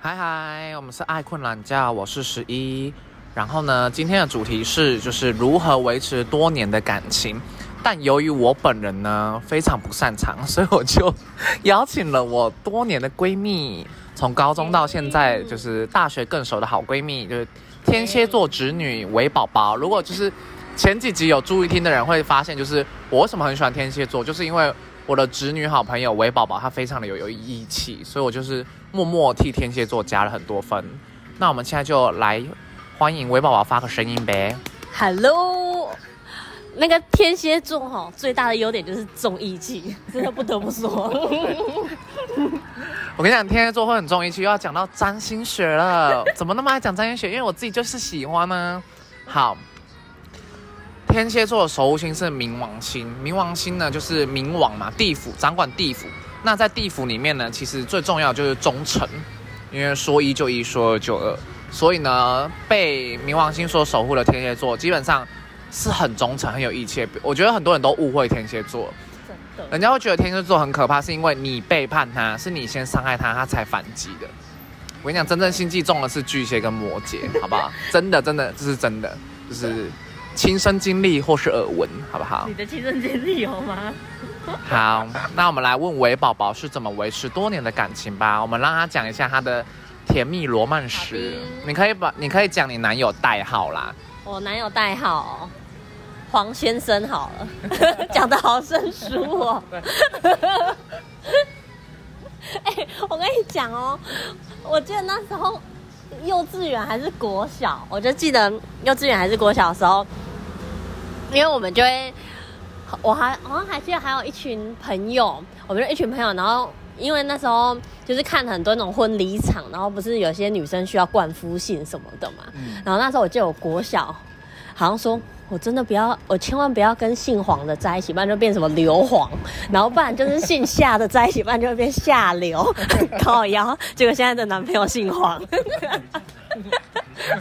嗨嗨，我们是爱困懒觉，我是十一。然后呢，今天的主题是就是如何维持多年的感情。但由于我本人呢非常不擅长， 所以我就邀请了我多年的闺蜜，从高中到现在就是大学更熟的好闺蜜，就是天蝎座直女韦宝宝。如果就是前几集有注意听的人会发现，就是我为什么很喜欢天蝎座，就是因为我的侄女好朋友韦宝宝，她非常的有有义气，所以我就是默默替天蝎座加了很多分。那我们现在就来欢迎韦宝宝发个声音呗。 Hello，那个天蝎座哈、最大的优点就是重义气， 真的不得不说。我跟你讲，天蝎座会很重义气，又要讲到占星学了，怎么那么爱讲占星学？因为我自己就是喜欢呢、好，天蝎座的守护星是冥王星，冥王星呢就是冥王嘛，地府掌管地府。那在地府里面呢，其实最重要就是忠诚，因为说一就一，说二就二。所以呢，被冥王星所守护的天蝎座，基本上是很忠诚、很有义气的。我觉得很多人都误会天蝎座，真的，人家会觉得天蝎座很可怕，是因为你背叛他，是你先伤害他，他才反击的。我跟你讲，真正心计重的是巨蟹跟摩羯，好不好？ 真的，真的，这是真的，就是亲身经历或是耳闻，好不好 你？的亲身经历有吗？好，那我们来问韦宝宝是怎么维持多年的感情吧。我们让他讲一下他的甜蜜罗曼史好。的你可以把，你可以讲你男友代号啦。我男友代号黄先生好 了，讲的好生疏 哦。哎、我跟你讲哦，我记得那时候幼稚园还是国小，我就记得幼稚园还是国小的时候，因为我们就会，我还好像还记得还有一群朋友，我们就一群朋友，然后因为那时候就是看很多那种婚礼场，然后不是有些女生需要冠夫姓什么的嘛，嗯然后那时候我记得我国小好像说。我真的不要，我千万不要跟姓黄的在一起，不然就变什么刘黄，然后不然就是姓夏的在一起，不然就会变夏刘，靠腰。结果现在的男朋友姓黄，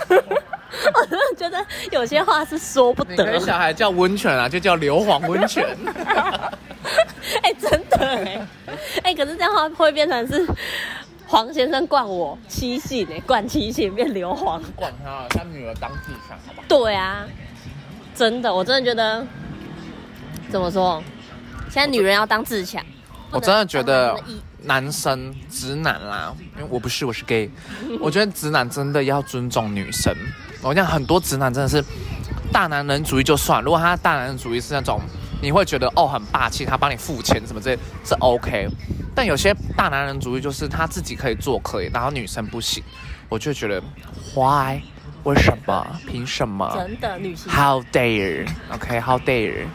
我真的觉得有些话是说不你得。可以小孩叫温泉啊，就叫硫磺温泉。 哎、真的哎、哎、可是这样的话会变成是黄先生冠我七姓哎、冠七姓变刘皇。 管他，啊他女儿当地上，好不好？对啊，真的，我真的觉得怎么说，现在女人要当自强。我真的觉得不能当她们的意男生直男啦，因为我不是我是 gay，我 觉得直男真的要尊重女生。我跟你讲很多直男真的是大男人主义就算，如果他大男人主义是那种你会觉得哦很霸气，他帮你付钱什么之类，这 OK。但有些大男人主义就是他自己可以做可以，然后女生不行，我就觉得 why 为什么凭什么真的女性， ？How dare OK How dare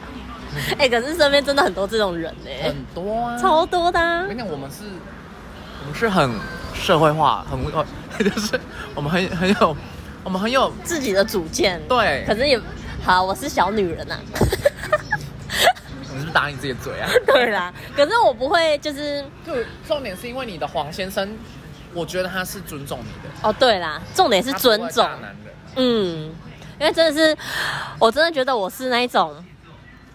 哎、可是身边真的很多这种人哎、很多啊，超多的、啊我跟。你讲，我们是，我们是很社会化，很呃， 就是我们很很有，我们很有自己的主见。对可是也好，我是小女人呐、啊你是不是打你自己的嘴啊？ 对啦，可是我不会就是就重点是因为你的黄先生，我觉得他是尊重你的，哦，对啦，重点是尊重啊他，不会大男人。嗯，因为真的是，我真的觉得我是那一种，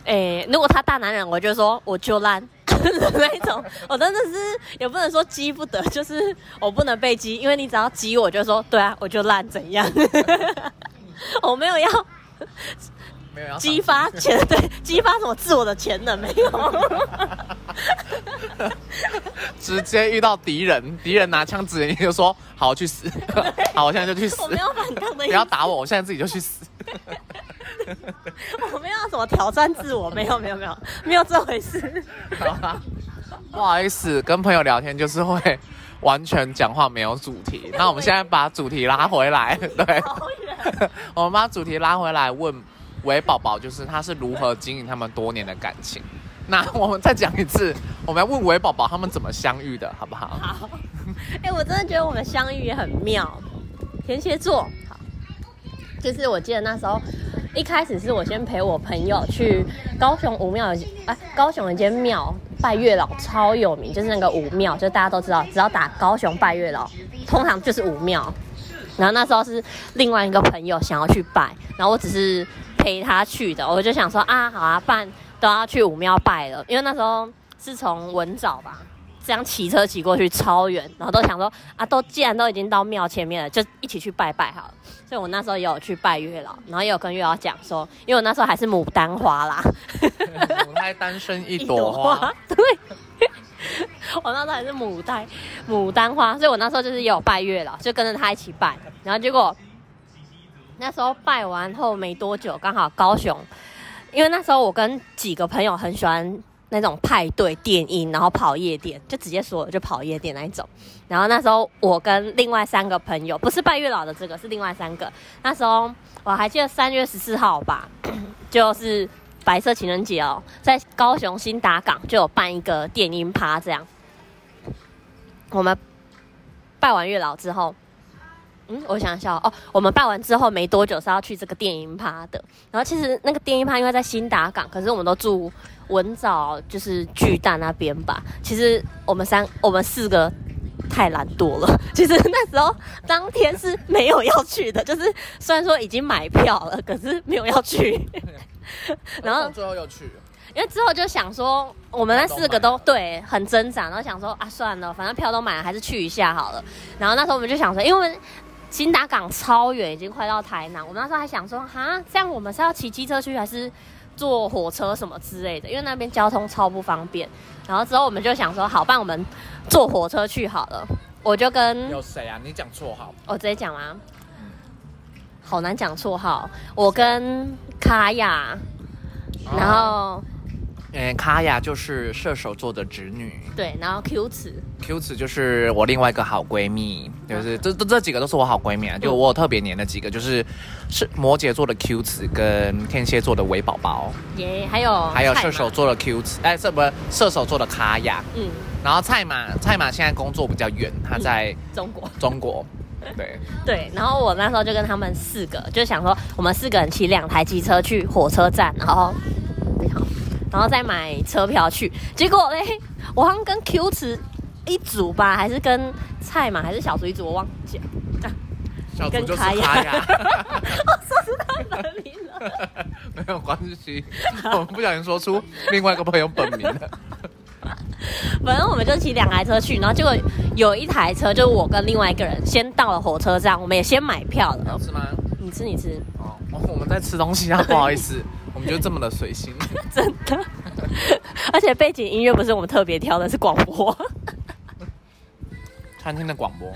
诶、如果他大男人，我就说我就烂 的那一种，我真的是也不能说激不得，就是我不能被激，因为你只要激我就说对啊，我就烂怎样， 我没有要没有要激发潜对激发什么自我的潜能没 有。直接遇到敌人，敌人拿枪指着你就说：“好，去 死！好，我现在就去死我！没有反抗的不意要思，打我，我现在自己就去死。我没有什么挑战自我，没有没有没有没有这回事。好吧”不好意思，跟朋友聊天就是会完全讲话没有主题。那我们现在把主题拉回来，对。好远，啊我们把主题拉回来，问韦宝宝，就是他是如何经营他们多年的感情。那我们再讲一次，我们要问韦宝宝他们怎么相遇的，好不好？ 好，哎、我真的觉得我们相遇也很妙。天蝎座，好，就是我记得那时候一开始是我先陪我朋友去高雄武庙，哎，高雄有一间庙拜月老超有名，就是那个武庙，就大家都知道，只要打高雄拜月老，通常就是武庙。然后那时候是另外一个朋友想要去拜，然后我只是陪他去的，我就想说啊，好啊，办都要去武庙拜了，因为那时候是从文藻吧，这样骑车骑过去超远，然后都想说啊，都既然都已经到庙前面了，就一起去拜拜好了。所以我那时候也有去拜月老，然后也有跟月老讲说，因为我那时候还是牡丹花啦，母胎单身一朵花，， 对。我那时候还是牡丹牡丹花，所以我那时候就是也有拜月老，就跟着他一起拜。然后结果那时候拜完后没多久，刚好高雄，因为那时候我跟几个朋友很喜欢那种派对电音，然后跑夜店，就直接说就跑夜店那一种。然后那时候我跟另外三个朋友，不是拜月老的这个，是另外三个。那时候我还记得三月十四号吧， 就是白色情人节哦，在高雄新达港就有办一个电音趴，这样。我们拜完月老之后，嗯，我想一下哦，哦我们拜完之后没多久是要去这个电音趴的。然后其实那个电音趴因为在新达港，可是我们都住文藻就是巨蛋那边吧。其实我们三我们四个太懒惰了， 其实那时候当天是没有要去的，就是虽然说已经买票了，可是没有要去。然后最后又去了，因为之后就想说，我们那四个都都买了对很挣扎，然后想说啊，算了，反正票都买了，还是去一下好了。然后那时候我们就想说，因为我们新达港超远，已经快到台南，我们那时候还想说，哈，这样我们是要骑机车去，还是坐火车什么之类的？因为那边交通超不方便。然后之后我们就想说，好，不然我们坐火车去好了。我就跟有谁啊？你讲绰号，我直接讲吗？好难讲绰号，我跟卡雅，然后哦嗯，卡雅就是射手座的侄女对，然后 Q 词。 ，Q 子就是我另外一个好闺蜜，就是这这这几个都是我好闺蜜啊，就我有特别黏的几个，就是是摩羯座的 Q 子跟天蝎座的韦宝宝，耶，还有还有哦菜射嘛手，座的 Q 子，哎，这不射手座的卡雅，嗯，然后蔡马蔡马现在工作比较远，她在中国中国，对，对。然后我那时候就跟他们四个，就想说我们四个人骑两台机车去火车站，然后然后再买车票去。结果嘞，我好像跟 Q 池一组吧，还是跟菜嘛，还是小组一组，我忘记了。 小跟猪就是卡卡雅雅， 本名了，没有关系，我们不小心说出另外一个朋友本名 了。反正我们就骑两台车去，然后结果有一台车就是我跟另外一个人先到了火车站，我们也先买票了。是吗？你吃，你吃。哦，我们在吃东西啊，不好意思，我们就这么的随性。 真的。 而且背景音乐不是我们特别挑的，是广播。餐厅的广播，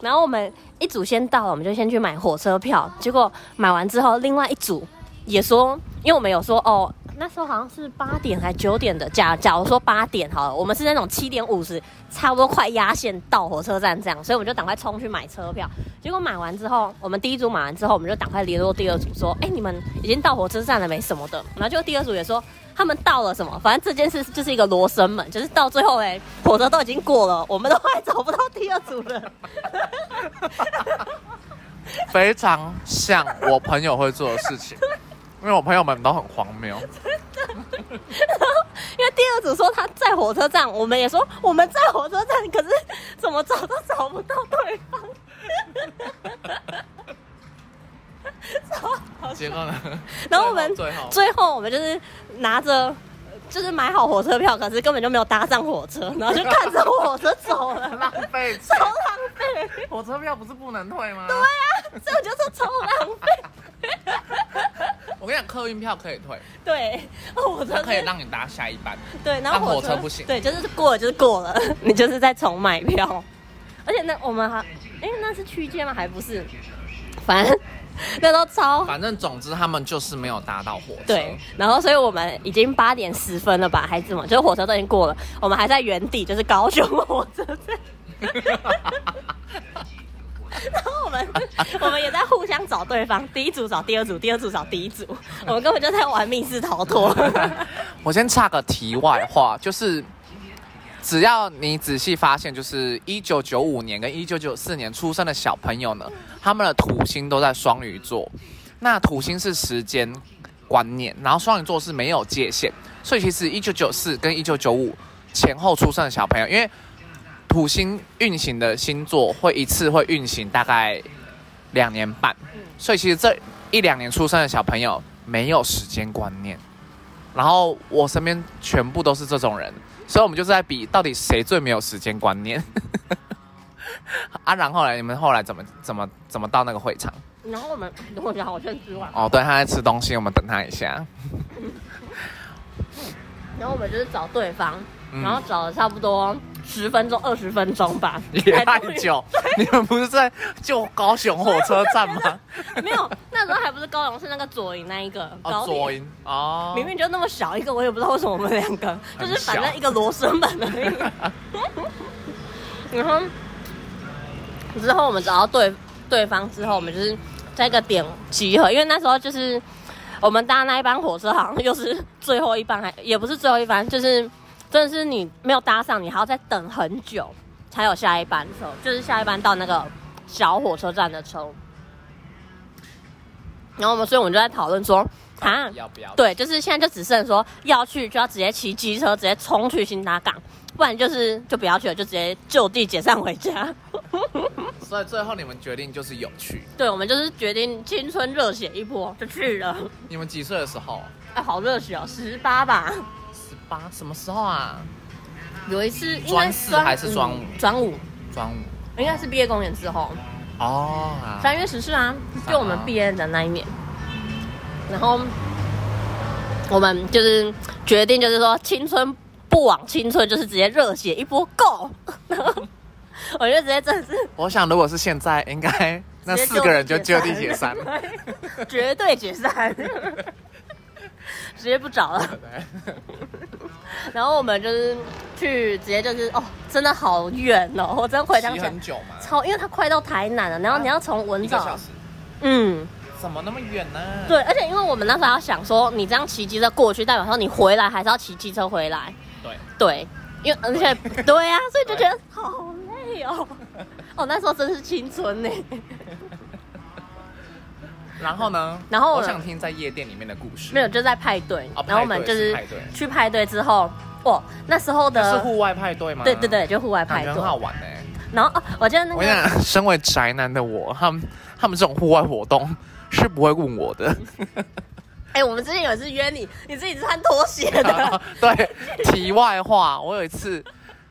然后我们一组先到了，我们就先去买火车票。结果买完之后，另外一组也说，因为我们有说哦，那时候好像是八点还九点的，假假如说八点好了，我们是那种七点五十，差不多快压线到火车站这样，所以我们就赶快冲去买车票。结果买完之后，我们第一组买完之后，我们就赶快联络第二组说，哎，你们已经到火车站了没什么的。然后就第二组也说。他们到了什么？反正这件事就是一个罗生门，就是到最后哎、火车都已经过了，我们都快找不到第二组了。非常像我朋友会做的事情，因为我朋友们都很荒谬。因为第二组说他在火车站，我们也说我们在火车站，可是怎么找都找不到对方。结果呢？然后我们最后最后最后我们就是拿着，就是买好火车票，可是根本就没有搭上火车，然后就看着火车走了嘛，浪费钱超，浪费。火车票不是不能退吗？对啊，这我就说超浪费。我跟你讲，客运票可以退，对，火车它可以让你搭下一班。对，然后但火火车车不行对，就是过了就是过了，你就是再重买票。而且那我们还，哎、那是区间吗？还不是，反正那都超反正总之他们就是没有搭到火车。对，然后所以我们已经八点十分了吧，还是什么？就是火车都已经过了，我们还在原地，就是高雄火车站。 然后我们我们也在互相找对方，第一组找第二组，第二组找第一组，我们根本就在玩密室 逃脱。我先插个题外话，就是只要你仔细发现，就是一九九五年跟一九九四年出生的小朋友呢，他们的土星都在双鱼座。那土星是时间观念，然后双鱼座是没有界限，所以其实一九九四跟一九九五前后出生的小朋友，因为土星运行的星座会一次会运行大概两年半，所以其实这一两年出生的小朋友没有时间观念。然后我身边全部都是这种人，所以我们就是在比到底谁最没有时间观念。 啊，然后来你们后来怎么怎么怎么到那个会场？然后我们，我觉得好像吃完，哦，对，他在吃东西，我们等他一下。然后我们就是找对方，嗯然后找了差不多十分钟、二十分钟吧， 也太才终于久，你们不是在就高雄火车站吗？没有，那时候还不是高雄，是那个左营那一个哦， 高左铁。营哦，明明就那么小一个，我也不知道为什么我们两个就很是反小正一个螺旋门而已。然后之后我们找到对对方之后，我们就是在一个点集合，因为那时候就是我们搭那一班火车，好像又是最后一班，还也不是最后一班，就是真的是你没有搭上，你还要再等很久才有下一班车，就是下一班到那个小火车站的车。然后我们，所以我们就在讨论说，啊， 要不要？对，就是现在就只剩说要去就要直接骑机车直接冲去新达港，不然就是就不要去了，就直接就地解散回家。所以最后你们决定就是有去。 对，我们就是决定青春热血一波就去了。你们几岁的时候？哎，好热血哦，十八吧。十八？什么时候啊？有一次应该专四还是专五嗯专五，中午。应该是毕业公演之后，哦，好三月十四啊，就我们毕业的那一年。然后我们就是决定，就是说青春不枉青春，就是直接热血一波 go。我就直接真的是我想如果是现在， 应该那直接四个人就就地解散。 对绝对解散，直接不找了。然后我们就是去，直接就是哦，真的好远哦，我真回想骑起来很久吗？超，因为它快到台南了，然后你要从文一个藻，小时？嗯，怎么那么远呢？对，而且因为我们那时候要想说，你这样骑机车过去，代表说你回来还是要骑机车回来，对，对，因为而且对啊，所以就觉得好累哦，哦，那时候真是青春呢。然后呢？然后呢我想听在夜店里面的故事。没有，，就在派对。哦然后我们派就对是是派对去派对之后，哇，那时候是的户外派对吗？呃对对，对，就户外派感觉对很。好玩呢。然后哦，我记得那我跟你个讲，身为宅男的我，他们他们这种户外活动是不会问我的。哎，我们之前有一次约你，你自己穿拖鞋 的，对，题外话，我有一次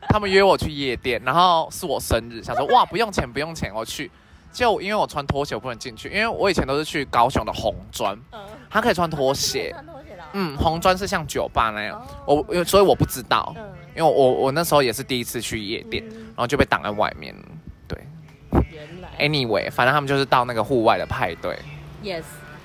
他们约我去夜店，然后是我生日，想说哇不用钱不用钱我去，结果因为我穿拖鞋我不能进去，因为我以前都是去高雄的红砖， 嗯，他可以穿拖你鞋，穿拖鞋的哦，嗯，红砖是像酒吧那样，哦我因为所以我不知道，嗯，因为我我我那时候也是第一次去夜店，嗯然后就被挡在外面。对 原来，anyway，反正他们就是到那个户外的派对， yes。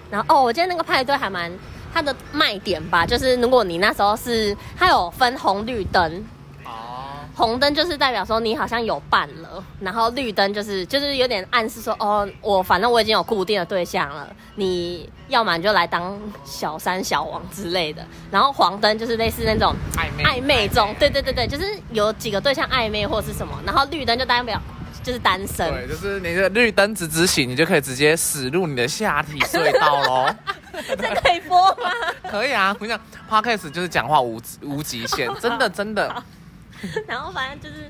然后哦，我记得那个派对还蛮它的卖点吧，就是嗯如果你那时候是它有分红绿灯，哦，红灯就是代表说你好像有伴了，然后绿灯就是就是有点暗示说哦，我反正我已经有固定的对象了，你要么你就来当小三小王之类的，然后黄灯就是类似那种暧昧暧昧哎中，对对对对，就是有几个对象暧昧或是什么，然后绿灯就代表 就是单身，对，就是你的绿灯直直行，你就可以直接驶入你的下体隧道 喽。这可以播吗？可以啊，我跟你讲 podcast 就是讲话无无极 限，真的真的然后反正就是，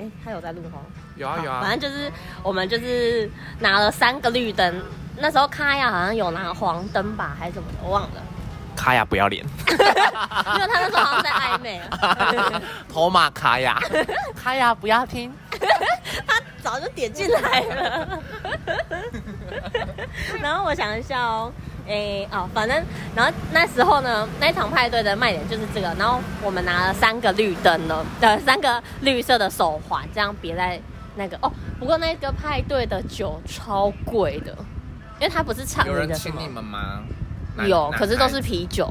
哎，他有在录吗？有啊有好啊，反正就是我们就是拿了三个绿灯，那时候卡亚好像有拿黄灯吧，还是什么的，我忘 了。卡雅不要 脸，因为他那时候好像在暧 昧啊，头马卡 雅，卡雅不要听，他早就点进来 了。然后我想一下哦，诶、哦，反正然后那时候呢，那一场派对的卖点就是这个，然后我们拿了三个绿灯呢，呃，三个绿色的手环，这样别在那个哦。不过那个派对的酒超贵的，因为它不是唱有那人个什请么你，们吗？有，可是都是啤酒。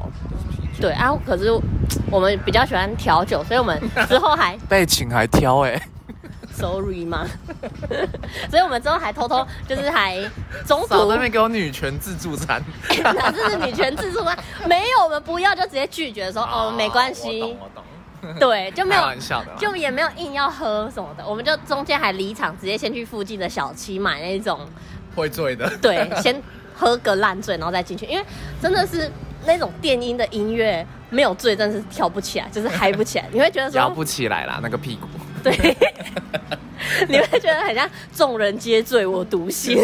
对啊，可是我们比较喜欢调酒，所以 我们之后还被请还挑哎、 sorry 吗？ 所以我们之后还偷偷就是还中少途在那，边给我女权自助 餐，哪这是女权自助吗？没有，我们不要就直接拒绝说哦没关我系懂，我懂，对，就没有开玩笑的啊啦，就也没有硬要喝什么的，我们就中间还离场，直接先去附近的小七买那种，会醉的， 对，先喝个烂醉，然后再进去，因为真的是那种电音的音乐。没有醉，真是跳不起来，就是嗨 不起来。你会觉得摇说，不起来啦，那个屁股。对， 你会觉得很像 众人皆醉我独醒。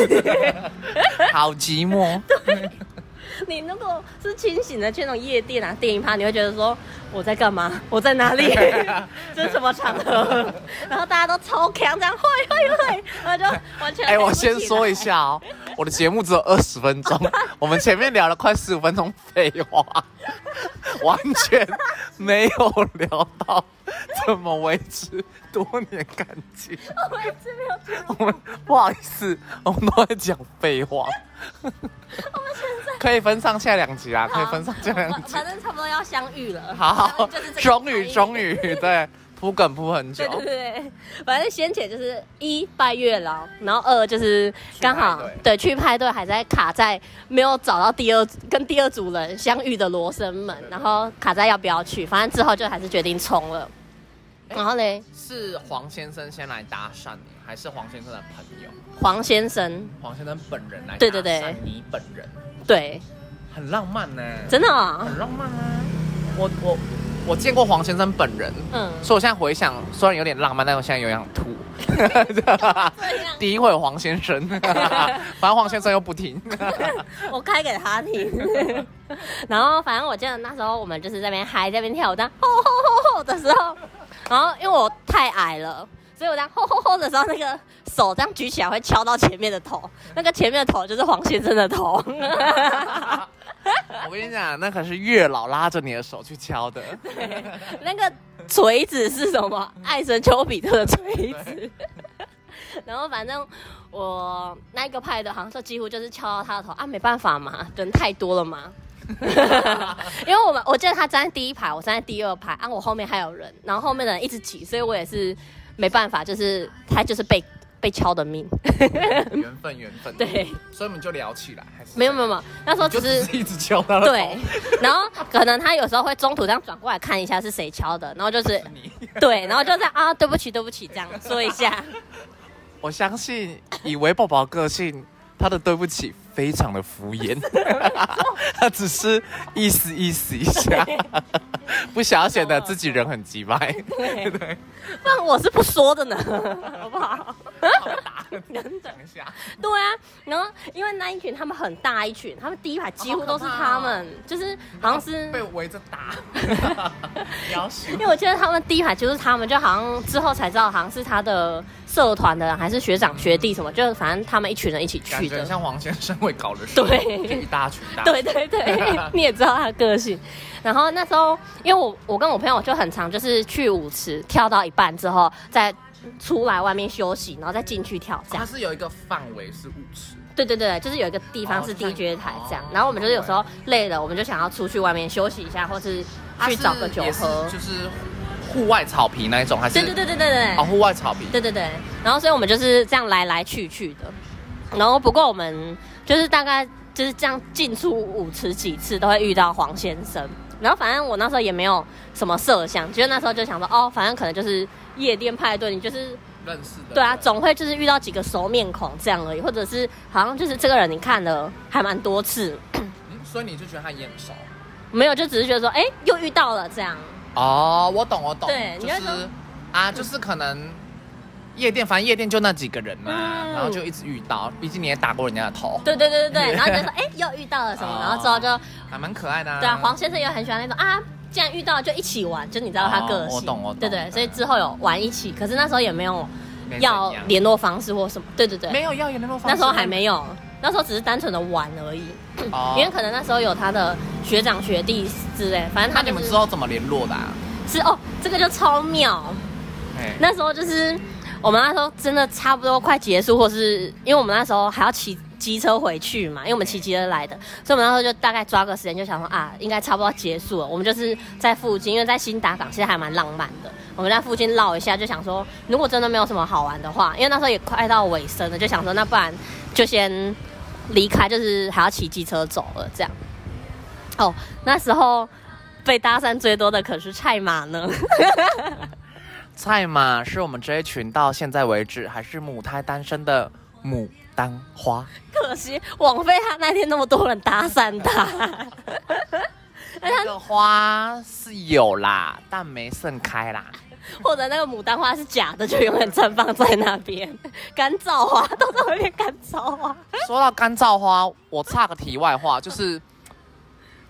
好寂寞，你如果是清醒的去那种夜店啊、电影趴，你会觉得说我在干嘛？我在 哪里？这是什么场合？然后大家都超强，这样会会会，然后就完 全哎、我先不起来说一，下哦，我的节目只有二十分钟，我们前面聊了快十五分钟废话， 完全没有聊到怎么维持多年感情。 我一直没有觉得我们不好意思，我们都在讲废话。可以分上下两集啊，可以分上下两反集。反正差不多要相遇了。好就是 这，个终于反应终于对铺梗铺很久对。对对，反正先前就是一拜月老，然后二就是刚好去派对去派对还在卡在没有找到第二跟第二组人相遇的罗生门，然后卡在要不要去，反正之后就还是决定冲了。哎然后嘞，是黄先生先来搭讪你，还是黄先生的朋友？黄先生，黄先生本人来搭讪对对对你本人对，很浪漫呢、真的、哦，很浪漫啊！我我我见过黄先生本人，嗯，所以我现在回想，虽然有点浪漫，但我现在有点想 吐。诋毁黄先生， 反正黄先生又不 听。我开给他听。 然后反正我记得那时候我们就是在那边嗨，在那边跳舞，当吼吼吼吼的时候，然后因为我太矮了。所以我当吼吼吼的时候，那个手这样举起来会敲到前面的头，那个前面的头就是黄先生的头。我跟你讲，那可是月老拉着你的手去敲 的。那个锤子是什么？艾森丘比特的锤子。 然后反正我那一个派的，好像就几乎就是敲到他的头啊，没办法嘛，人太多了嘛。因为我们我记得他站在第一排，我站在第二排，啊，我后面还有人，然后后面的人一直挤，所以我也是没办法，就是他就是被被敲的命。 缘分，缘分。对，所以我们就聊起来，还是没有没有没有，那时候就只是是一直敲他的头。对，然后可能他有时候会中途这样转过来看一下是谁敲的，然后就是是你。 对，然后就这样啊，对不起，对不起，这样说一下。我相信，以为宝宝个性，他的对不起非常的敷 衍，他只是意思意思一 下，不想要显得自己人很鸡掰。对， 不然我是不说的呢， 好不好？真的，一下，对啊，然后因为那一群他们很大一群，他们第一排几乎都是他们，就是好像是，被围着 打，要死因为我记得他们第一排就是他们，就好像之后才知道好像是他的社团的人，还是学长学弟什么，就是反正他们一群人一起感去觉的。 像黄先生会搞的事，对就一大群大，对，对 对，你也知道他的个性。然后那时候，因为我我跟我朋友就很常就是去舞池跳到一半之后，再出来外面休息，然后再进去跳这样它。是有一个范围是舞池，对对对，就是有一个地方是哦就像 DJ 台这样哦，然后我们就是有时候累了，我们就想要出去外面休息一下，或是它去是找个酒也是喝。就是户外草皮那一种，还是对对对对对对哦，户外草皮，对对对，然后所以我们就是这样来来去去的，然后不过我们就是大概就是这样进出舞池几次都会遇到黄先生，然后反正我那时候也没有什么设想，就是那时候就想说哦，反正可能就是夜店派对，你就是认识的，对啊，总会就是遇到几个熟面孔这样而已，或者是好像就是这个人你看了还蛮多次，嗯所以你就觉得他眼熟。没有，就只是觉得说，哎、又遇到了这样。哦，我懂，我懂，对就你会说嗯是啊，就是可能夜店，反正夜店就那几个人嘛、嗯然后就一直遇到，毕竟你也打过人家的头，对对对对 对，然后就说，哎、又遇到了什么，哦然后之后就，还蛮可爱的、啊。对啊，黄先生也很喜欢那种啊，既然遇到了就一起玩，就你知道他个性，哦我懂我懂对对，所以之后有玩一起，可是那时候也没有没怎要样联络方式或什么，对对没对，有要有那种方式，那时候还没有，那时候只是单纯的玩而已，哦，因为可能那时候有他的学长学弟之类，反正那他你就们是之后怎么联络的、啊？是哦，这个就超妙，哎那时候就是我们那时候真的差不多快结束，或是因为我们那时候还要骑机车回去嘛，因为我们骑机车来的，所以我们那时候就大概抓个时间，就想说啊，应该差不多结束了。我们就是在附近，因为在新达港其实还蛮浪漫的，我们在附近绕一下，就想说如果真的没有什么好玩的话，因为那时候也快到尾声了，就想说那不然就先离开，就是还要骑机车走了这样。哦，那时候被搭讪最多的可是菜马呢。菜嘛，是我们这一群到现在为止还是母胎单身的牡丹 花，可惜枉费他那天那么多人搭 讪他。哎那个花是有啦，但没盛开啦。或者那个牡丹花是假的，就永远绽放在那边。 干燥花都在外面干燥花，说到干燥花，我插个题外话，就是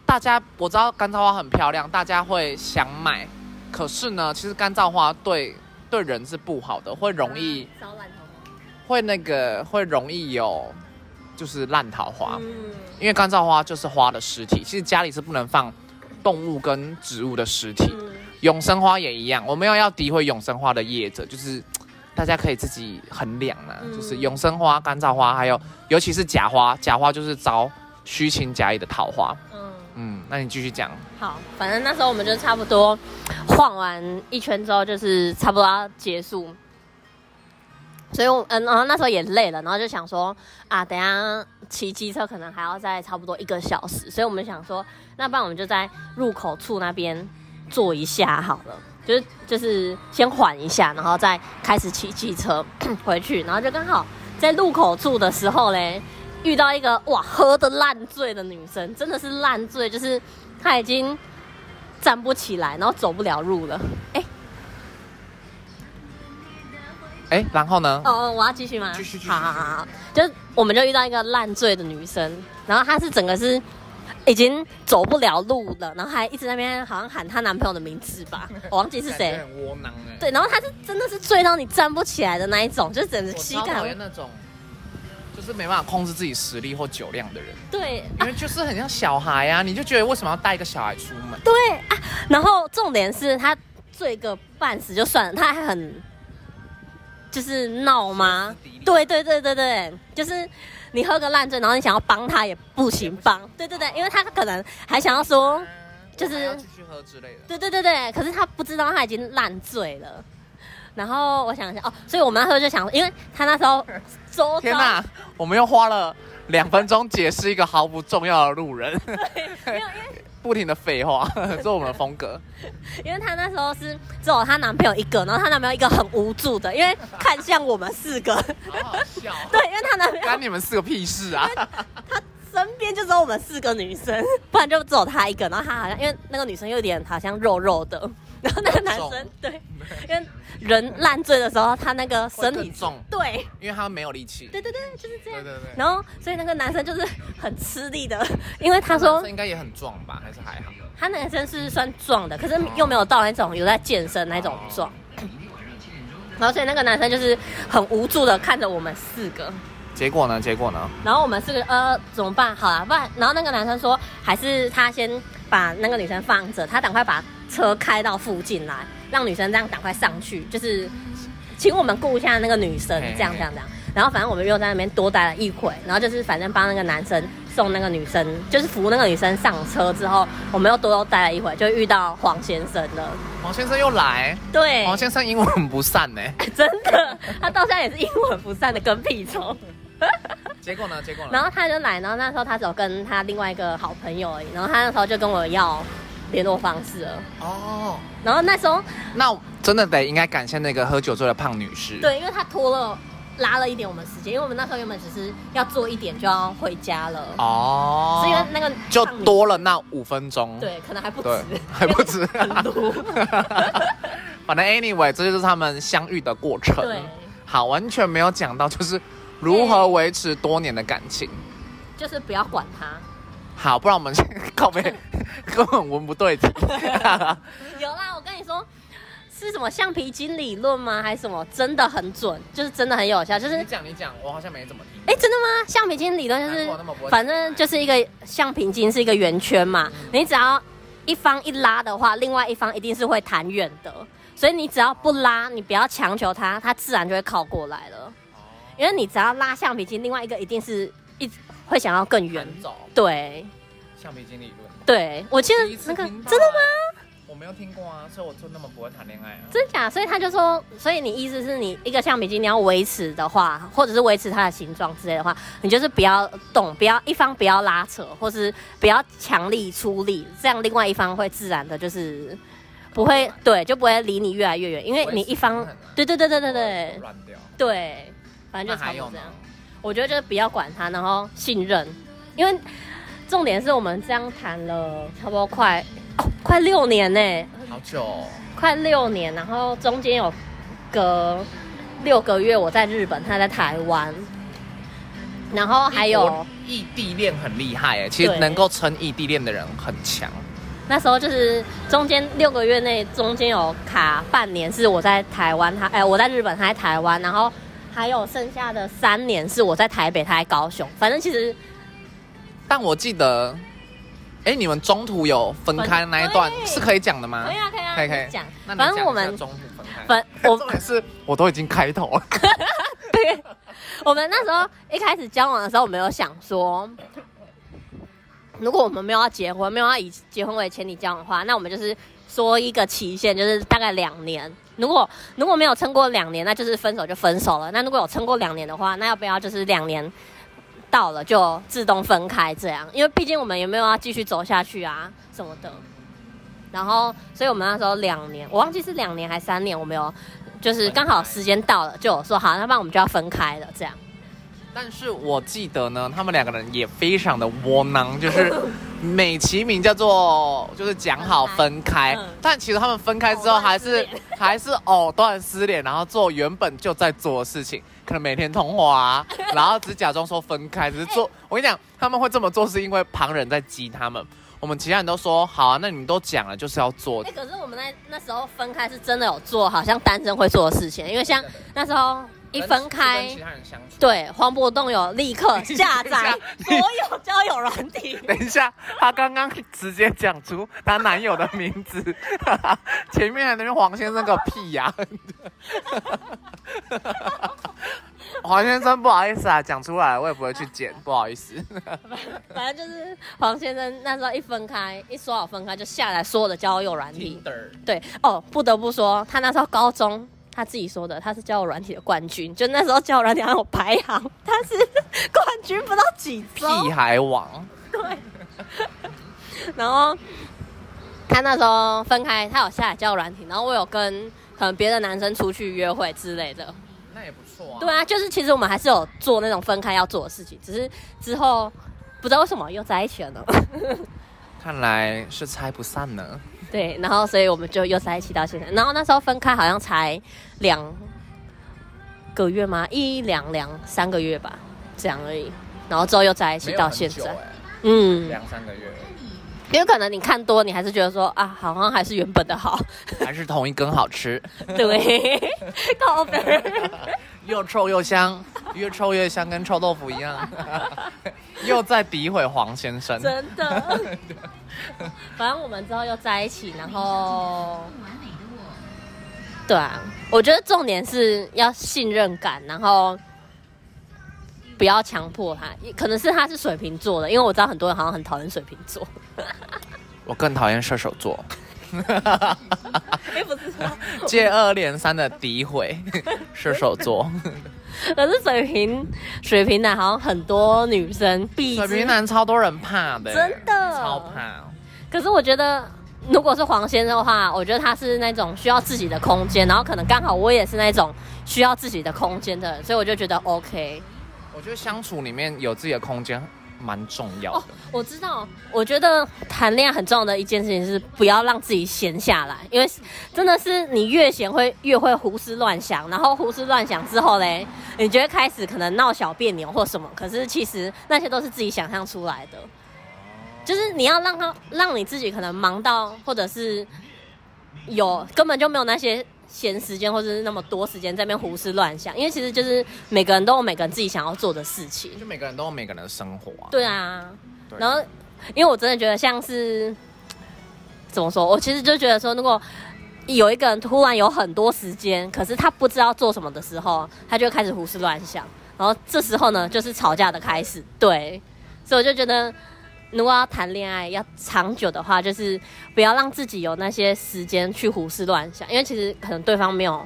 大家我知道干燥花很漂亮，大家会想买，可是呢，其实干燥花对对人是不好的，会容易烧烂头发。会那个会容易有就是烂桃花，嗯，因为干燥花就是花的尸体，其实家里是不能放动物跟植物的尸体。嗯永生花也一样，我没有要诋毁永生花的业者，就是大家可以自己衡量啦、嗯就是永生花、干燥花，还有尤其是假花，假花就是招虚情假意的桃花。嗯，嗯，那你继续讲。好，反正那时候我们就差不多晃完一圈之后，就是差不多要结束。所以我，嗯，然后那时候也累了，然后就想说啊，等一下骑机车可能还要再差不多一个小时，所以我们想说，那不然我们就在入口处那边坐一下好了，就是就是先缓一下，然后再开始骑机车 回去，然后就刚好在入口处的时候嘞，遇到一个哇喝的烂醉的女生，真的是烂醉，就是她已经站不起来，然后走不了路了。哎、哎、然后呢？哦哦，我要继续吗？继续继续好好好，好就是我们就遇到一个烂醉的女生，然后她是整个是已经走不了路了，然后还一直在那边好像喊她男朋友的名字 吧，我忘记是谁。很窝囊哎、对，然后她是真的是醉到你站不起来的那一种，就是整个我膝超讨盖厌。那种，就是没办法控制自己实力或酒量的人，对，因为就是很像小孩啊，你就觉得为什么要带一个小孩出门？对啊，然后重点是他醉个半死就算了，他还很就是闹吗歇斯底里？对对对对对，就是你喝个烂醉，然后你想要帮他也不行帮，对对对，因为他可能还想要说，就是我还要继续喝之类的。对对对对，可是他不知道他已经烂醉了。然后我想一下哦，所以我们那时候就想，因为他那时候周天遭哪、我们又花了两分钟解释一个毫不重要的路人，没有 因为不停的废 话，这是我们的风格。因为她那时候是只有她男朋友一个，然后她男朋友一个很无助的，因为看向我们四个，好好笑，啊对，因为她男朋友干你们四个屁事啊！身边就只有我们四个女生，不然就只有她一个。然后她好像因为那个女生有点好像肉肉的，然后那个男重生对，因为人烂醉的时候，他那个身会体更重对因为他没有力气。对对对，就是这样。对对然后，所以那个男生就是很吃力的，因为他他说应该也很壮吧，还是还好？他男生是算壮的，可是又没有到那种有在健身那种壮。然后，所以那个男生就是很无助的看着我们四个，结果呢？结果呢？然后我们四个呃怎么办？好啦，不然然后那个男生说，还是他先把那个女生放着，他赶快把车开到附近来，让女生这样赶快上去，就是请我们顾一下那个女生嘿，这样这样这样。然后反正我们又在那边多待了一会，然后就是反正帮那个男生送那个女生，就是扶那个女生上车之后，我们又多待了一会，就遇到黄先生了。黄先生又来，对，黄先生英文很不善呢、 真的，他到现在也是阴魂不散的跟屁虫。结果呢？结果呢？然后他就来，然后那时候他只有跟他另外一个好朋友而已，然后他那时候就跟我要联络方式了。哦，然后那时候那我真的得应该感谢那个喝酒醉的胖女士。，对，因为他拖了拉了一点我们时间，因为我们那时候原本只是要做一点就要回家了，哦是，因为那个就胖女多了那五分钟。对，可能还不止对，，还不止。 很多 反正 anyway，这就是他们相遇的过程。对，好，完全没有讲到就是如何维持多年的感情。就是不要管他。好，不然我们先靠背根本文不对题。 有啦，我跟你说。是什么橡皮筋理论吗？还是什么？真的很准，就是真的很有效。 就是，哎、讲，你讲，我好像没怎么听。哎真的吗？橡皮筋理论就是难怪我那么不会反正就是一个橡皮筋是一个圆圈嘛，嗯你只要一方一拉的话，另外一方一定是会弹远的，所以你只要不拉，你不要强求它，它自然就会靠过来了。因为你只要拉橡皮筋，另外一个一定是一直会想要更远。走对橡皮筋理论，对，我记得第一次那个听到真的吗？哎？我没有听过啊，所以我就那么不会谈恋爱啊。真假？所以他就说，所以你意思是你一个橡皮筋你要维持的话，或者是维持它的形状之类的话，你就是不要动，不要一方不要拉扯，或是不要强力出力，这样另外一方会自然的就是不会对，就不会离你越来越远，因为你一 方不会死得很啊对对对对对对乱掉。对，反正那就差还不多有这呢样。？我觉得就是不要管他，然后信任，因为重点是我们这样谈了差不多快、哦、快六年呢、好久哦、快六年，然后中间有隔六个月我在日本，他在台湾，然后哦还有异地恋很厉害哎，其实对能够撑异地恋的人很强。那时候就是中间六个月内，中间有卡半年是我在台湾，他哎、我在日本，他在台湾，然后还有剩下的三年是我在台北，他在高雄。反正其实但我记得，哎，你们中途有分开那一段对是可以讲的吗？可以啊可以啊可以可可以以讲那你反正讲一我们下中途分开。分我 重点是我都已经开头了，对，我们那时候一开始交往的时候，我们有想说，如果我们没有要结婚，没有要以结婚为前提交往的话，那我们就是说一个期限，就是大概两年。如果如果没有撑过两年，那就是分手就分手了。那如果有撑过两年的话，那要不要就是两年到了就自动分开这样？因为毕竟我们也没有要继续走下去啊什么的。然后，所以我们那时候两年，我忘记是两年还是三年，我们有就是刚好时间到了，就有说好，那不然我们就要分开了这样。但是我记得呢，他们两个人也非常的窝囊， 就是美其名叫做就是讲好分开，嗯但其实他们分开之后藕断还丝是连还是藕断丝连，然后做原本就在做的事情，可能每天通话、啊，然后只假装说分开，只是做。我跟你讲，他们会这么做是因为旁人在激他们，我们其他人都说好啊，那你们都讲了就是要做哎、，可是我们那那时候分开是真的有做好像单身会做的事情，因为像那时候一分开跟，其他人相处。对黄渤栋有立刻下载你所有交友软体， 等一下，她刚刚直接讲出她男友的名字， 前面的那边黄先生个屁呀、 黄先生不好意思啊，讲出来我也不会去剪，不好意思。反正就是黄先生那时候一分开，一说好分开就下载所有的交友软体。对哦，不得不说，他那时候高中他自己说的，他是交友软体的冠军，就那时候交友软体还有排行，他是冠军不到几周。屁孩王，然后他那时候分开，他有下载交友软体，然后我有跟可能别的男生出去约会之类的。那也不错啊对啊，就是其实我们还是有做那种分开要做的事情，只是之后不知道为什么又在一起了呢。看来是拆不散呢。对，然后所以我们就又在一起到现在。然后那时候分开好像才两个月吗？一两两三个月吧，这样而已。然后之后又在一起到现在，欸嗯，三个月，因为可能你看多，你还是觉得说啊，好像还是原本的好，还是同一根好 吃，对，靠北。又臭又香，越臭越香，跟臭豆腐一 样。又在诋毁黄先生，真的。反正我们之后又在一起，然后，对啊，我觉得重点是要信任感，然后不要强迫他。可能是他是水瓶座的，因为我知道很多人好像很讨厌水瓶座。我更讨厌射手座。 哎，不是，接二连三的诋毁射手座， 可是水瓶水瓶男好像很多女生必水知瓶男超多人怕的，真的超怕。可是我觉得，如果是黄先生的话，我觉得他是那种需要自己的空间，然后可能刚好我也是那种需要自己的空间的人，所以我就觉得 OK。我觉得相处里面有自己的空间蛮重要哦的，，我知道，我觉得谈恋爱很重要的一件事情是不要让自己闲下来，因为真的是你越闲会越会胡思乱想，然后胡思乱想之后嘞，你就会开始可能闹小别扭或什么，可是其实那些都是自己想象出来的，就是你要让他让你自己可能忙到或者是有根本就没有那些。闲时间或者是那么多时间在那边胡思乱想，因为其实就是每个人都有每个人自己想要做的事情。就每个人都有每个人的生活啊。对啊，对然后，因为我真的觉得像是怎么说，我其实就觉得说，如果有一个人突然有很多时间，可是他不知道做什么的时候，他就会开始胡思乱想，然后这时候呢，就是吵架的开始。对，所以我就觉得，如果要谈恋爱要长久的话，就是不要让自己有那些时间去胡思乱想，因为其实可能对方没有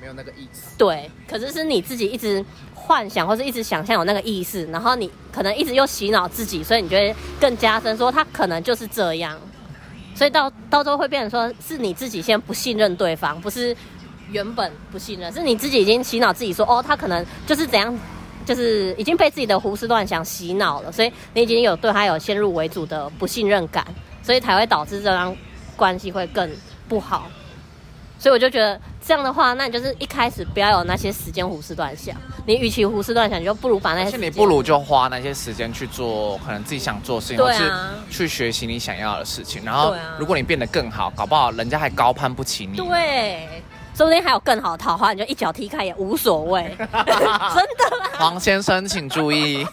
没有那个意思。对，可是是你自己一直幻想或是一直想象有那个意识，然后你可能一直又洗脑自己，所以你就会更加深说他可能就是这样，所以到到最后会变成说是你自己先不信任对方，不是原本不信任，是你自己已经洗脑自己说哦，他可能就是怎样。就是已经被自己的胡思乱想洗脑了，所以你已经有对他有先入为主的不信任感，所以才会导致这段关系会更不好。所以我就觉得这样的话，那你就是一开始不要有那些时间胡思乱想。你与其胡思乱想，你就不如把那而且些时你不间如就花那些时间去做可能自己想做的事情，或对是啊去学习你想要的事情。然后对啊，如果你变得更好，搞不好人家还高攀不起你。对，说不定还有更好的桃花，你就一脚踢开也无所 谓，真的啦。黄先生，请注意。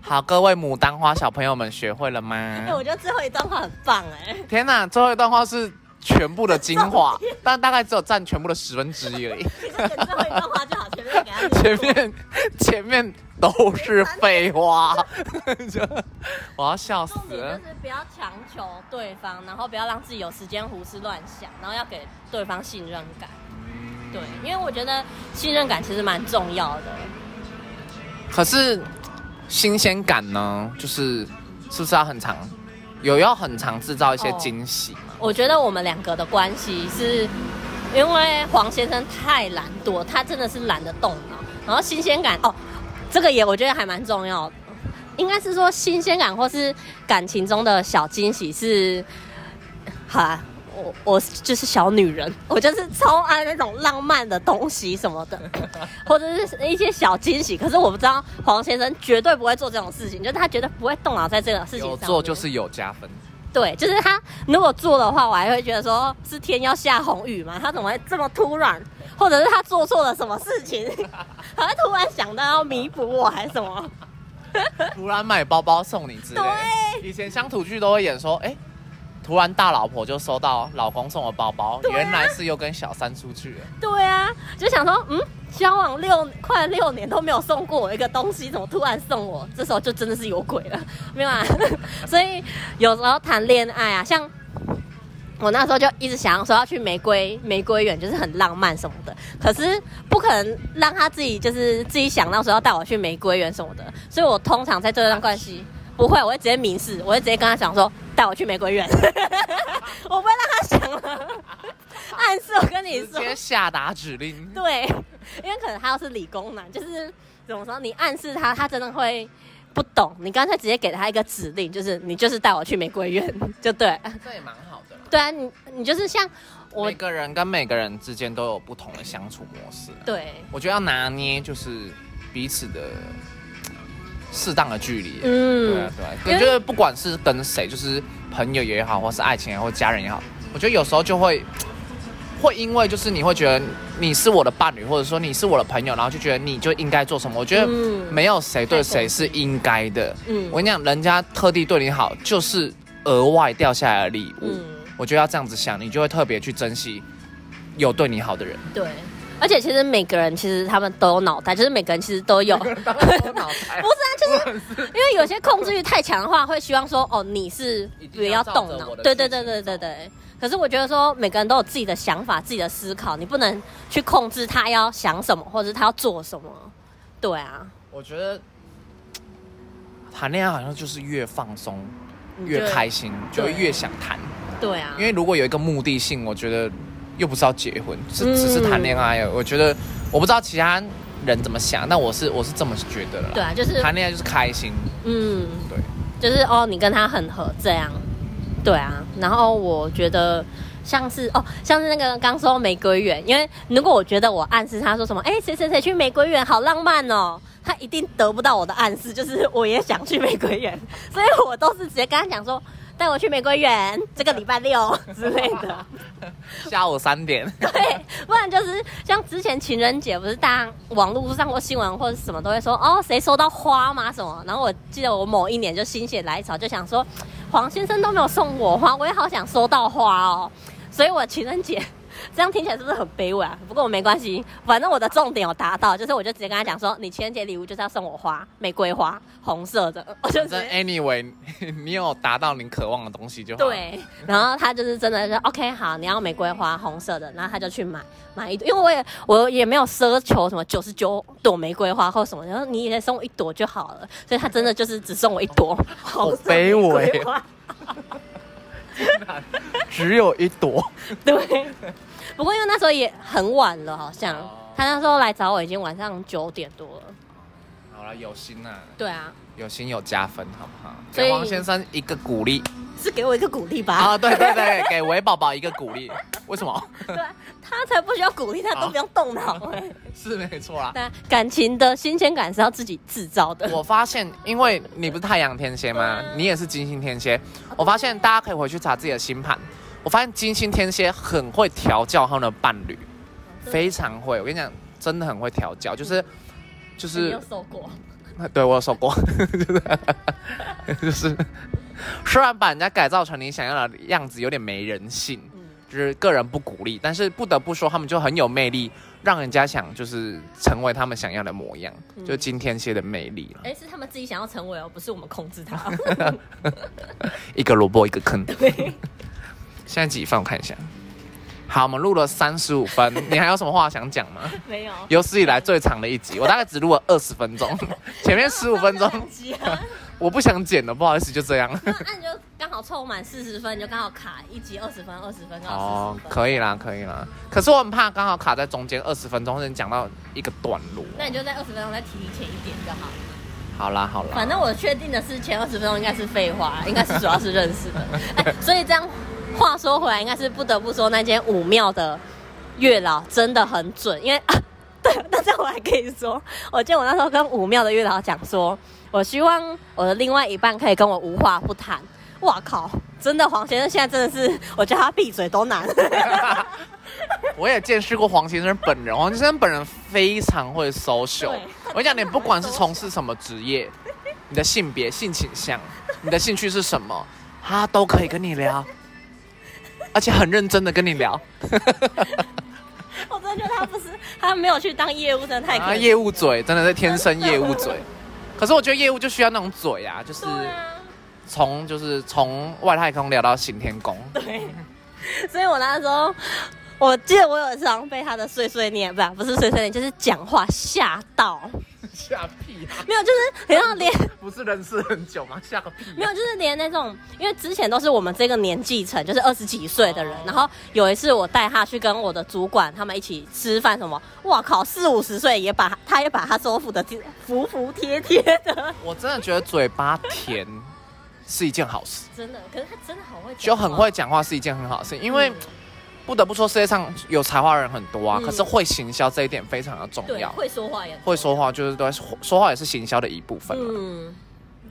好，各位牡丹花小朋友们，学会了吗哎、？我觉得最后一段话很棒哎、 天哪，最后一段话是全部的精华，但大概只有占全部的十分之一而已。你就等最后一段话就好， 前面给他前面前面都是废话， 就我要笑死重点了就。是不要强求对方，然后不要让自己有时间胡思乱想，然后要给对方信任感。对，因为我觉得信任感其实蛮重要的。可是新鲜感呢，就是是不是要很长，有要很长制造一些惊喜嘛？我觉得我们两个的关系是，因为黄先生太懒惰，他真的是懒得动脑，然后新鲜感哦，这个也我觉得还蛮重要的，应该是说新鲜感或是感情中的小惊喜是，好啦。我我就是小女人，我就是超爱那种浪漫的东西 什么的，或者是一些小惊喜。可是我不知道黄先生绝对不会做这种事情，就是他绝对不会动脑在这个事情上有面。做就是有加分，对，就是他如果做的话，我还会觉得说是天要下红雨嘛，他怎么会这么突然？或者是他做错了什么事情， 还会突然想到要弥补我还是什么？突然买包包送你之类的。以前乡土剧都会演说，哎、突然大老婆就收到老公送的包包，对啊原来是又跟小三出去了。对啊，就想说，嗯，交往六快六年都没有送过我一个东西，怎么突然送我？这时候就真的是有鬼了，没有啊？ 所以有时候谈恋爱啊，像我那时候就一直想要说要去玫瑰玫瑰园，就是很浪漫什么的，可是不可能让他自己就是自己想到说要带我去玫瑰园什么的，所以我通常在这段关系不会，我会直接明示，我会直接跟他讲说带我去玫瑰园， 我不会让他想了，暗示我跟你直说，接下达指令， 对，因为可能他要是理工男，就是怎么说，你暗示他，他真的会不懂。你干脆直接给他一个指令，就是你就是带我去玫瑰园，就对。这也蛮好的啦。对啊，你你就是像我每，个人跟每个人之间都有不同的相处模式啊、对，我觉得要拿捏就是彼此的嗯适当的距离。对嗯啊，对啊，因为我觉得不管是跟谁，就是朋友也好，或是爱情也好，或家人也好，我觉得有时候就会会因为就是你会觉得你是我的伴侣，或者说你是我的朋友，然后就觉得你就应该做什么。我觉得嗯没有谁对谁是应该的。嗯我跟你讲，人家特地对你好，就是额外掉下来的礼物。嗯，我觉得要这样子想，你就会特别去珍惜有对你好 的人。对。而且其实每个人其实他们都有脑袋，就是每个人其实都 有。不是啊，就是因为有些控制欲太强的话，会希望说哦，你是一定也要要照动着脑我，的对事情对对对对走对。可是我觉得说，每个人都有自己的想法、自己的思考，你不能去控制他要想什么，或者是他要做什么。对啊，我觉得谈恋爱好像就是越放松你越就开心，就会嗯对越想谈。对啊，因为如果有一个目的性，我觉得又不是要结婚，只嗯只是谈恋爱。啊我觉得我不知道其他人怎么想，但我是我是这么觉得的啦。对啊，就是谈恋爱就是开心，嗯，对，就是哦，你跟他很合这样，对啊。然后我觉得像是哦，像是那个刚说玫瑰园，因为如果我觉得我暗示他说什么，哎，谁谁谁去玫瑰园，好浪漫哦，他一定得不到我的暗示，就是我也想去玫瑰园，所以我都是直接跟他讲说。带我去玫瑰园，这个礼拜六之类的。下午三点， 对，不然就是像之前情人节，不是大家网络上过新闻或者什么都会说哦，谁收到花吗？什么？然后我记得我某一年就心血来潮，就想说黄先生都没有送我花，我也好想收到花哦。所以我情人节这样听起来是不是很卑微啊？不过我没关系，反正我的重点有达到，就是我就直接跟他讲说，你情人节礼物就是要送我花，玫瑰花，红色的，我就反直正接 anyway，你有达到你渴望的东西就好。，对，嗯然后他就是真的是 OK，好，你要玫瑰花红色的，然后他就去买买一朵，因为我也我也没有奢求什么九十九朵玫瑰花或什么，然后你也送我一朵就好了，所以他真的就是只送我一朵红色玫卑微瑰花。只有一 朵。 对，不过因为那时候也很晚了，好像哦他那时候来找我已经晚上九点多了，好了，有心啊，对啊，有心有加分，好不好？所以给王先生一个鼓励是给我一个鼓励吧？啊！对对对，给韦宝宝一个鼓励。为什么？ 对啊，他才不需要鼓励，他都不用动脑哦哎。 是没错啦。 但感情的新鲜感是要自己制造的。我发现，因为你不是太阳天蝎吗对啊？你也是金星天蝎。我发现大家可以回去查自己的星盘。我发现金星天蝎很会调教他们的伴侣，非常会。我跟你讲，真的很会调教，就是就你是有，受过？哎对我有说过， 就是虽然把人家改造成你想要的样子，有点没人性，嗯，就是个人不鼓励。但是不得不说，他们就很有魅力，让人家想就是成为他们想要的模样，嗯就金天蝎的魅力了。哎，是他们自己想要成为哦，不是我们控制他。一个萝卜一个坑。 对，现在几分？我看一下。好，我们录了三十五分，你还有什么话想讲吗？ 没有。有史以来最长的一集，我大概只录了二十分钟，前面十五分钟上 两集啊，我不想剪了，不好意思，就这样。那按就刚好凑满四十分，你就刚好卡一集二十分，二十分刚好哦四十，分。可以啦，可以啦。可是我很怕刚好卡在中间二十分钟，或者你讲到一个段落。那你就在二十分钟再提前一点就好。好啦，好啦。反正我确定的是，前二十分钟应该是废话，应该是主要是认识的。哎，所以这样话说回来，应该是不得不说那间武庙的月老真的很准，因为 啊，对，但是我还可以说，我记得我那时候跟武庙的月老讲说，我希望我的另外一半可以跟我无话不谈。哇靠！真的，黄先生现在真的是，我叫他闭嘴都难。 我也见识过黄先生本人，黄先生本人非常会 social 对。我跟你讲，你不管是从事什么职 业，你的性别、性倾向、你的兴趣是什么，他都可以跟你聊，而且很认真的跟你聊。我真的觉得他不是，他没有去当业务，真的太可啊，惜。业务嘴真的是天生业务嘴。可是我觉得业务就需要那种嘴啊，就是对啊。从就是从外太空聊到行天宫。对， 所以我那时候，我记得我有一次好像被他的碎碎念，不不是碎碎念，就是讲话吓到， 吓屁啊！没有，就是好像连不是认识很久吗？吓个屁、啊没有，就是连那种，因为之前都是我们这个年纪层，就是二十几岁的人哦。然后有一次我带他去跟我的主管他们一起吃饭，什么，哇靠，四五十岁也把他他也把他收服的服服帖帖的，我真的觉得嘴巴甜是一件好 事。真的。可是他真的好会，就很会，讲话是一件很好的事，因为不得不说世界上有才华的人很多啊，嗯可是会行销这一点非常的重对要。会说话也会说话就是对，说话也是行销的一部分啊嘛。嗯，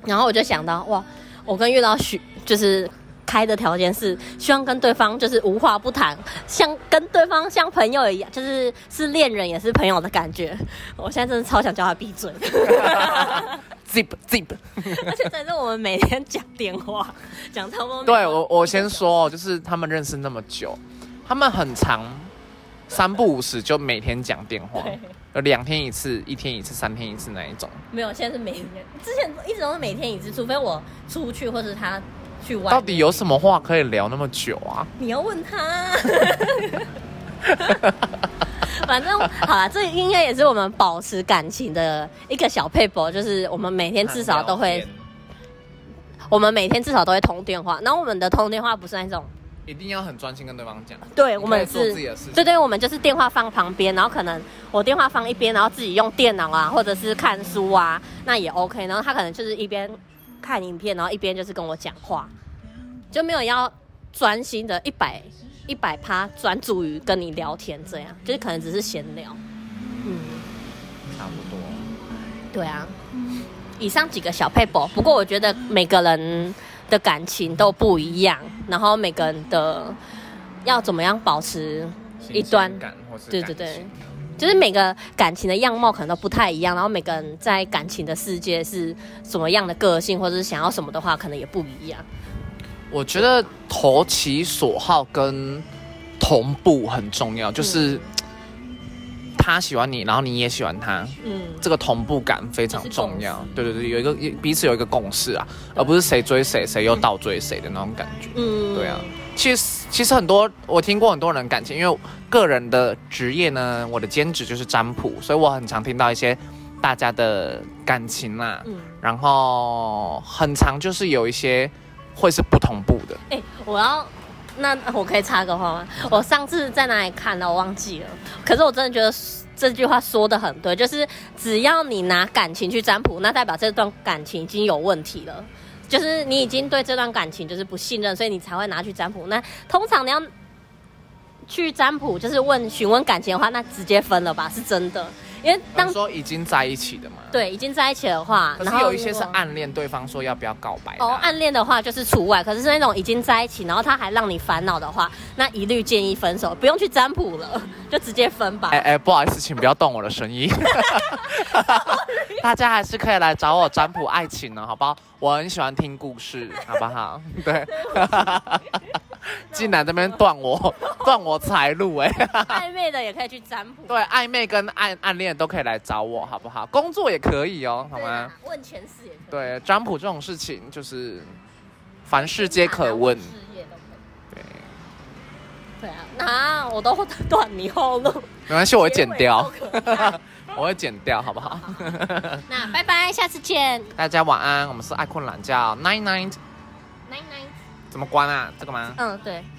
然后我就想到，哇，我跟月老许就是开的条件是希望跟对方就是无话不谈，像跟对方像朋友一样，就是是恋人也是朋友的感觉。我现在真的超想叫他闭嘴， 嗯 zip zip，而且真的我们每天讲电话，讲差不多每。对我我先说哦，就是他们认识那么久，他们很长，三不五时就每天讲电话对，有两天一次，一天一次，三天一次那一种。没有，现在是每天，之前一直都是每天一次，除非我出去或是他去玩。到底有什么话可以聊那么久啊？你要问他。 反正好啦，这应该也是我们保持感情的一个小配博，就是我们每天至少都会，我们每天至少都会通电话。然后我们的通电话不是那种，一定要很专心跟对方讲。对我们你可以做是自己的事情，对对，我们就是电话放旁边，然后可能我电话放一边，然后自己用电脑啊，或者是看书啊，那也 OK。然后他可能就是一边看影片，然后一边就是跟我讲话，就没有要专心的一百一百趴专注于跟你聊天这样，就是可能只是闲聊。嗯，差不多。对啊。以上几个小配博，不过我觉得每个人的感情都不一样，然后每个人的要怎么样保持一端新鲜感或是对感对对情，就是每个感情的样貌可能都不太一样，然后每个人在感情的世界是什么样的个性，或者是想要什么的话，可能也不一样。我觉得投其所好跟同步很重嗯要，就是他喜欢你，然后你也喜欢他，嗯，这个同步感非常重要就对对是。对，有一个彼此有一个共识啊，而不是谁追谁，谁又倒追谁的那种感觉。嗯对啊，其实其实很多我听过很多人感情，因为我个人的职业呢，我的兼职就是占卜，所以我很常听到一些大家的感情啦、嗯，然后很长就是有一些会是不同步的，哎、我要。那我可以插个话吗？我上次在哪里看的，我忘记了。可是我真的觉得这句话说的很对，就是只要你拿感情去占卜，那代表这段感情已经有问题了。就是你已经对这段感情就是不信任，所以你才会拿去占卜。那通常你要去占卜，就是问询问感情的话，那直接分了吧，是真的。因为呃当你说已经在一起的嘛，。对已经在一起的话，可然是后有一些如是果暗恋对方说要不要告白的哦啊、，暗恋的话就是除外，可是是那种已经在一起，然后他还让你烦恼的话，那一律建议分手，不用去占卜了， 就直接分吧。哎哎，不好意思，请不要动我的声 音。大家还是可以来找我占卜爱情呢，好不好？我很喜欢听故事，好不好？对，竟然这边断 我断我财路哎、暧昧的也可以去占卜，对，暧昧跟暗暗恋都可以来找我，好不好？工作也可以哦，好对吗啊？，问前世也可以，对，占卜这种事情就是凡事皆可问事。业都可以。对，对啊，那我都断你后路，没关系，我会剪掉结尾都可 以，我会剪掉，好不好？那拜拜，下次见。 大家晚安，我们是爱困懒觉 Night Night，奶奶，怎么关啊？这个吗？嗯，对。